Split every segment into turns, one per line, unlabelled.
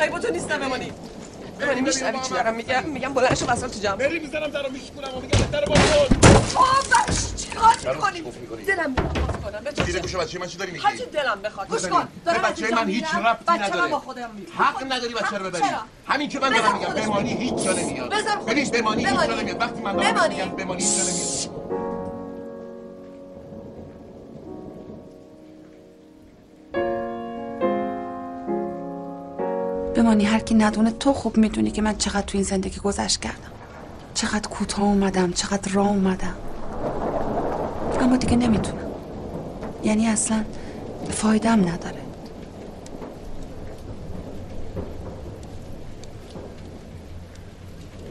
مگه با تو نیستم بمانی بمانی میشنوی چی دارم میگم میگم بلند شو وسط تو جمع
بری میزنم در رو میشکونم و میگم در باز کن
آه بخش چیکار
چرا
میکنی
گفت می‌کنی؟
دلم میخواد باز کنم به تو
زیر
چه؟
گوش بچه من چی داری میگی؟
هرچی دلم بخواد گوش
بزنی.
کن دارم
به
از
بچه
اینجا
من هیچ
میرم.
ربطی
بچه‌م
نداره
با خودم میرم.
حق نداری بچه
حق
رو ببری
چرا؟
همین که من دارم
بذار
میگم
خودش-
بمانی هیچ جا نمیاد
بذار خودش-
ببین بمانی هیچ جا
بمانی.
نمیاد وقتی من دارم
بمانی.
میگم بمانی هیچ جا نمیاد
بمانی هر کی ندونه تو خوب میدونی که من چقدر تو این زندگی گذشت کردم چقدر کوتاه اومدم چقدر راه اومدم اما دیگه نمیتونم یعنی اصلا فایدم نداره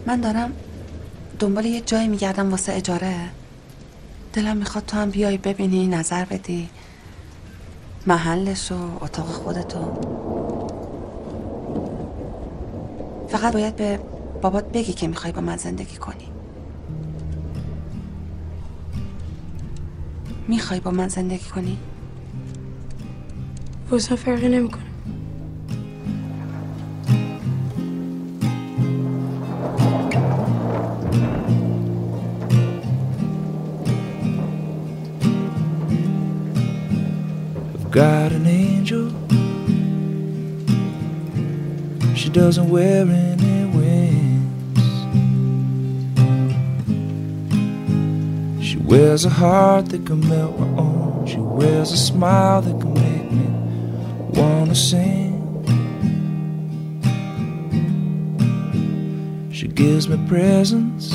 من دارم دنبال یه جایی میگردم واسه اجاره دلم میخواد تو هم بیای ببینی نظر بدی محلشو اتاق خودتو فقط باید به بابات بگی که میخوای با من زندگی کنی میخوای با من زندگی کنی؟
واسه فرقی نمیکنه
I've got an angel. She doesn't wear any wings. She wears a heart that can melt my own. She wears a smile that can make me wanna sing. She gives me presents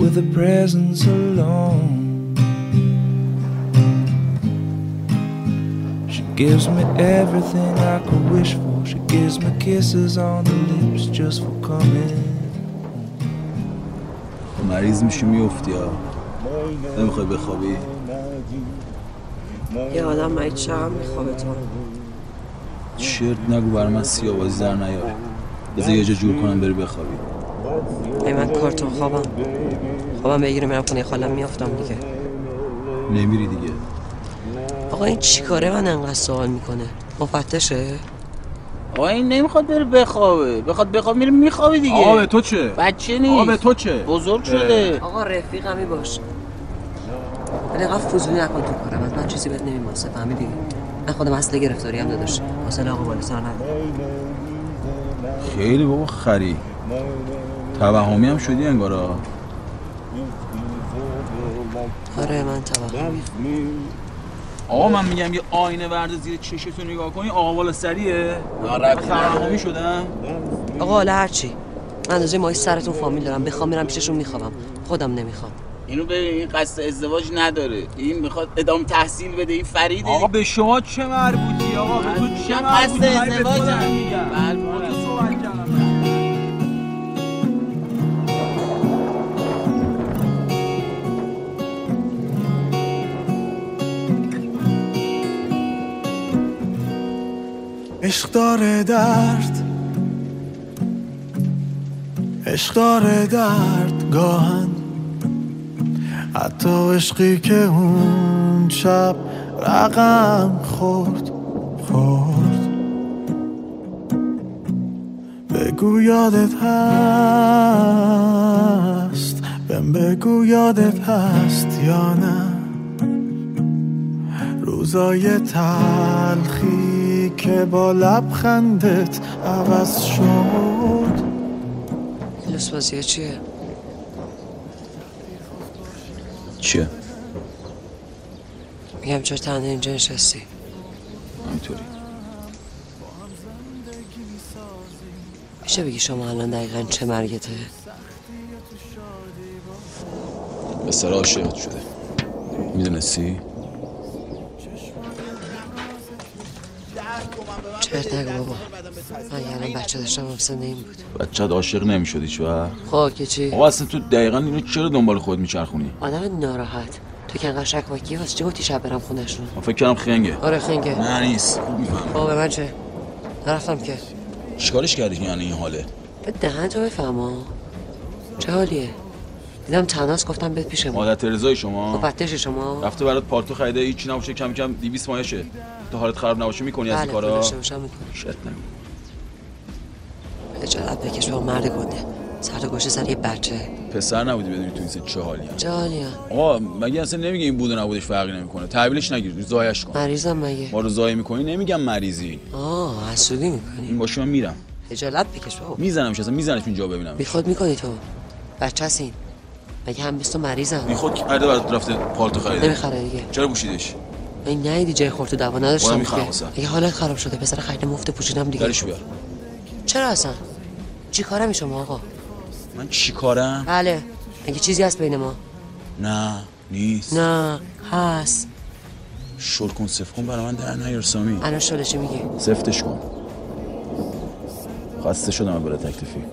with a presence alone. She gives me everything I could wish for. She gives me kisses on the lips just for coming.
مریض میشی میفتی ها نمیخوای بخوابی
یه آدم مگه چقدر میخوابه تو
شرط نگو بر من سیاوازی در نیار بذار یه جا جور کنم بری بخوابی
ای من کارتون خوابم خوابم بگیره میرم خونه خالم میافتم دیگه
نمیری دیگه
آقا این چیکاره من انقدر سوال میکنه مفتشه
آقا این نمیخواد بره بخوابه بخواد بخواب میره میخوابه دیگه
آقا به تو چه
بچه
آقا
نیست
به تو چه
بزرگ شده
آقا رفیقمی باش ولی آقا فضولی نکن تو کارم از من چیزی بهت نمیماسه فهمیدی من خودم اصل گرفتاری هم نداشت حاصل آقا بالسر نداره
خیلی بابا خری توهمی هم شدی انگارا
آره من توهم
آقا من میگم یه آینه ورده زیر چشتو نگاه کنی آقا والا سریه
نه، ربطی نداره.
توهمی شدم
آقا حالا هرچی من اندازه ماهی سرتون فامیل دارم بخوام میرم پیششون میخوام خودم نمیخوام
اینو ببین این قصد ازدواج نداره این میخواد ادام تحصیل بده این فریده
آقا به شما چه مربوطی آقا به تو چه
من
مربوطی
قصد
من به تو
ازدواجم.
دارم میگم
بله،
با
بله.
تو صحبت کردم.
عشق داره درد عشق داره درد گاهن حتی عشقی که اون شب رقم خورد خورد بگو یادت هست بهم بگو یادت هست یا نه روزای تلخی که با لبخندت عوض شد
لوس بازیه چیه
چیه
میگم چرا تنها اینجا نشستی
همینطوری
میشه بگی شما الان دقیقا چه مرگته؟
به سر عاشقت شده میدونستی
چرت نگو بابا من یه الان بچه داشتم هم سنده این بود
بچت عاشق نمیشد هیچ وقت
خب که چی؟
آقا اصلا تو دقیقا اینو چرا دنبال خود میچرخونی
آدم ناراحت تو که انقدر شکواکی واسه چی گفتی شب برم خونشون
من فکر کردم خنگه
آره خنگه
نه نیست خوب میفهمم
بابا به من چه؟ نرفتم که
چیکارش کردی که یعنی این حاله
به دهن تو بفهم ها. چه حالیه؟ دیدم تناس گفتم بهت پیش ما
مادر ترزای شما
خب بچه شما
رفته برات پارتو خریده هیچی نباشه کم کم 200 ماهشه تا حالت خراب نباشه میکنی از این
بله
کارا
داشته باشم می‌کنم.
شرط نگو
خجالت بکش با مرد گنده سر و گوشه سر یه بچه
پسر نبودی بدونی تو این سن چه حالی هست
جانیا
آقا مگه اصلا نمیگه این بود و نبودش فرقی نمیکنه تحویلش نگیر زایش کن
مریضم مگه
ما رو زایه میکنی نمیگم مریضی
آه حسودی میکنی
این باشه من میرم
خجالت بکش بابا
میزنمش اصلا میزنمش اینجا ببینم
بی خود میکنی تو بچه هست این مگه هم بیست و
این
مریضم
خود کرده برات رفته پالتو خریده
نمیخره دیگه
چرا پوشیدش
این نه دیگه خورد تو دعوا
بارم
نداشتم
می‌خرم
دیگه
واسه.
اگه حالت خراب شده پسر خیلی مفت پوشیدم دیگه
درش بیار
چرا اصلا چی کارمی شما آقا
من چیکارم
بله اگه چیزی هست بین ما
نه نیست
نه هست
شل کن صفر کن برای من در نیار سامی
الان شده چی میگی
سفتش کن خسته شدم برای تکلیفی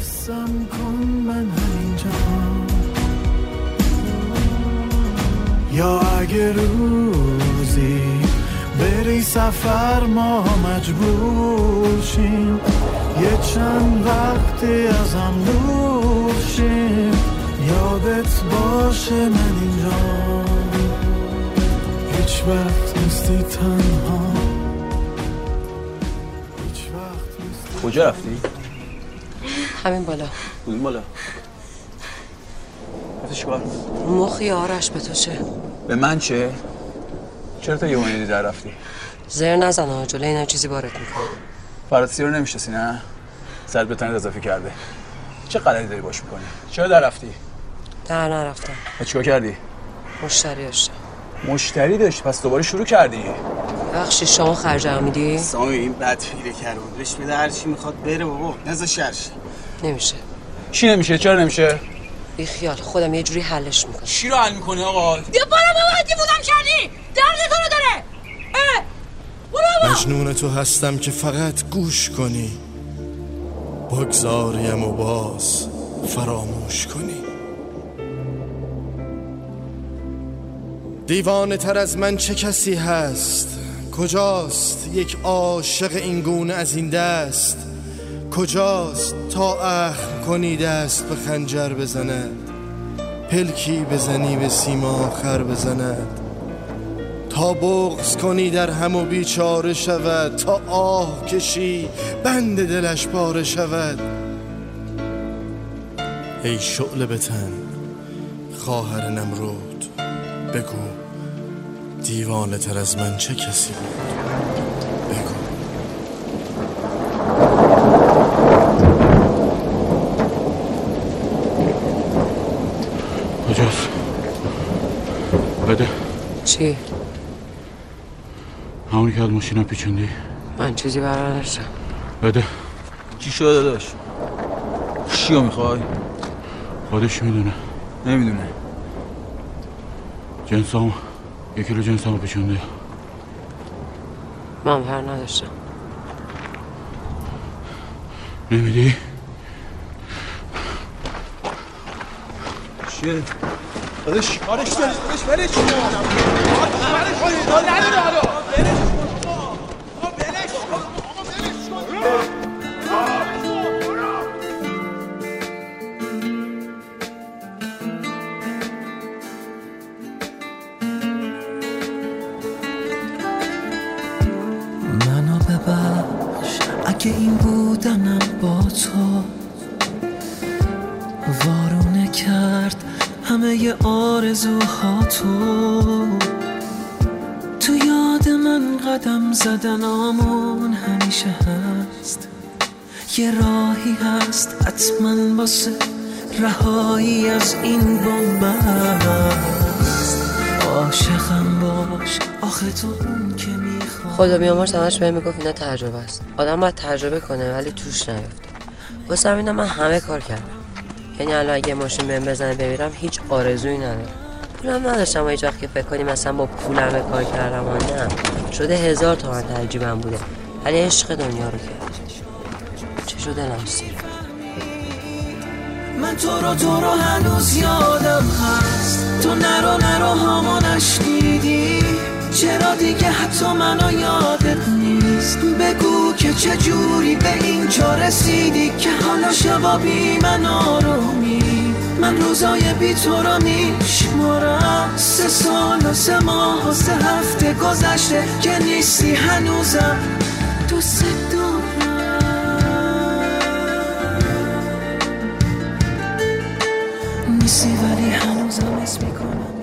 حسم کن من همینجا یا اگه روزی بری سفر ما مجبور شیم یه چند وقتی ازم دور شیم یادت باشه من اینجا هیچ وقت نیستی تنها هیچ وقت نیستی
کجا رفتی
همین بالا
کدوم بالا رفتی چیکار
مخی آرش به تو چه
به من چه چرا تا یوانی در رفتی
زر نزن ها جلوی اینا چیزی بارت میکنه
فراسی رو نمیشناسی نه سرت به تنت اضافه کرده چه غلطی داری باش میکنی چرا در رفتی
در نرفتم
و چیکار کردی
مشتری داشتم
مشتری داشت پس دوباره شروع کردی
بخشی شما خرج میدی
سامی این بدفیره کرون بهش میده هر چی میخواد بره بابا نزا شرش
نمیشه
چی نمیشه چرا نمیشه
بی خیال خودم یه جوری حلش میکنم
چی رو حل میکنی آقا
مجنون تو هستم که فقط گوش کنی بگذاریم و باز فراموش کنی دیوانه تر از من چه کسی هست کجاست یک عاشق این گونه از این دست کجاست تا اخم کنی دست به خنجر بزند پلکی بزنی به سیما خر بزند تا بغز کنی در هم و بیچاره شود تا آه کشی بند دلش پاره شود ای شعله بتن خواهر نمرود بگو دیوانه تر از من چه کسی بود بگو
کجاست بده
چی
همونی که از ماشینم پیچوندی
من چیزی برای نداشتم
بده
چی شده داداش چی رو میخوای
خودش میدونه
نمیدونه
جنسام یک کیلو جنسامو پیچونده
من هر نداشتم
نمیدی
چیه داداش آرش داداش
منو ببخش اگه این بودنم با تو وارونه کرد همه ی آرزوها تو تو یاد من قدم زدن آمون همیشه هست یه راهی هست حتما واسه رهایی از این بنبست عاشقم باش آخه تو اون که میخواد
خدا بیامرز همش بهم میگفت اینا تجربه است آدم باید تجربه کنه ولی توش نیفته واسه همینم من همه کار کردم یعنی الان اگه ماشین بهم بزنه بمیرم هیچ آرزویی ندارم پولم نداشتم و هیچ وقت که فکر کنی مثلا با پولم کار کردم و نه شده هزار تومن ترجیبم بوده ولی عشق دنیا رو کرد چه شده دلم سیر
من تو رو تو رو هنوز یادم هست تو نرو نرو هامو نشنیدی
چرا دیگه حتی منو یادت نیست بگو که چه جوری به اینجا رسیدی که حالا شبا بی من آرومی من روزای بی تو را میشمارم سه سال و سه ماه و سه هفته گذشته که نیستی هنوزم دوست دارم نیستی ولی هنوزم اسم میکنم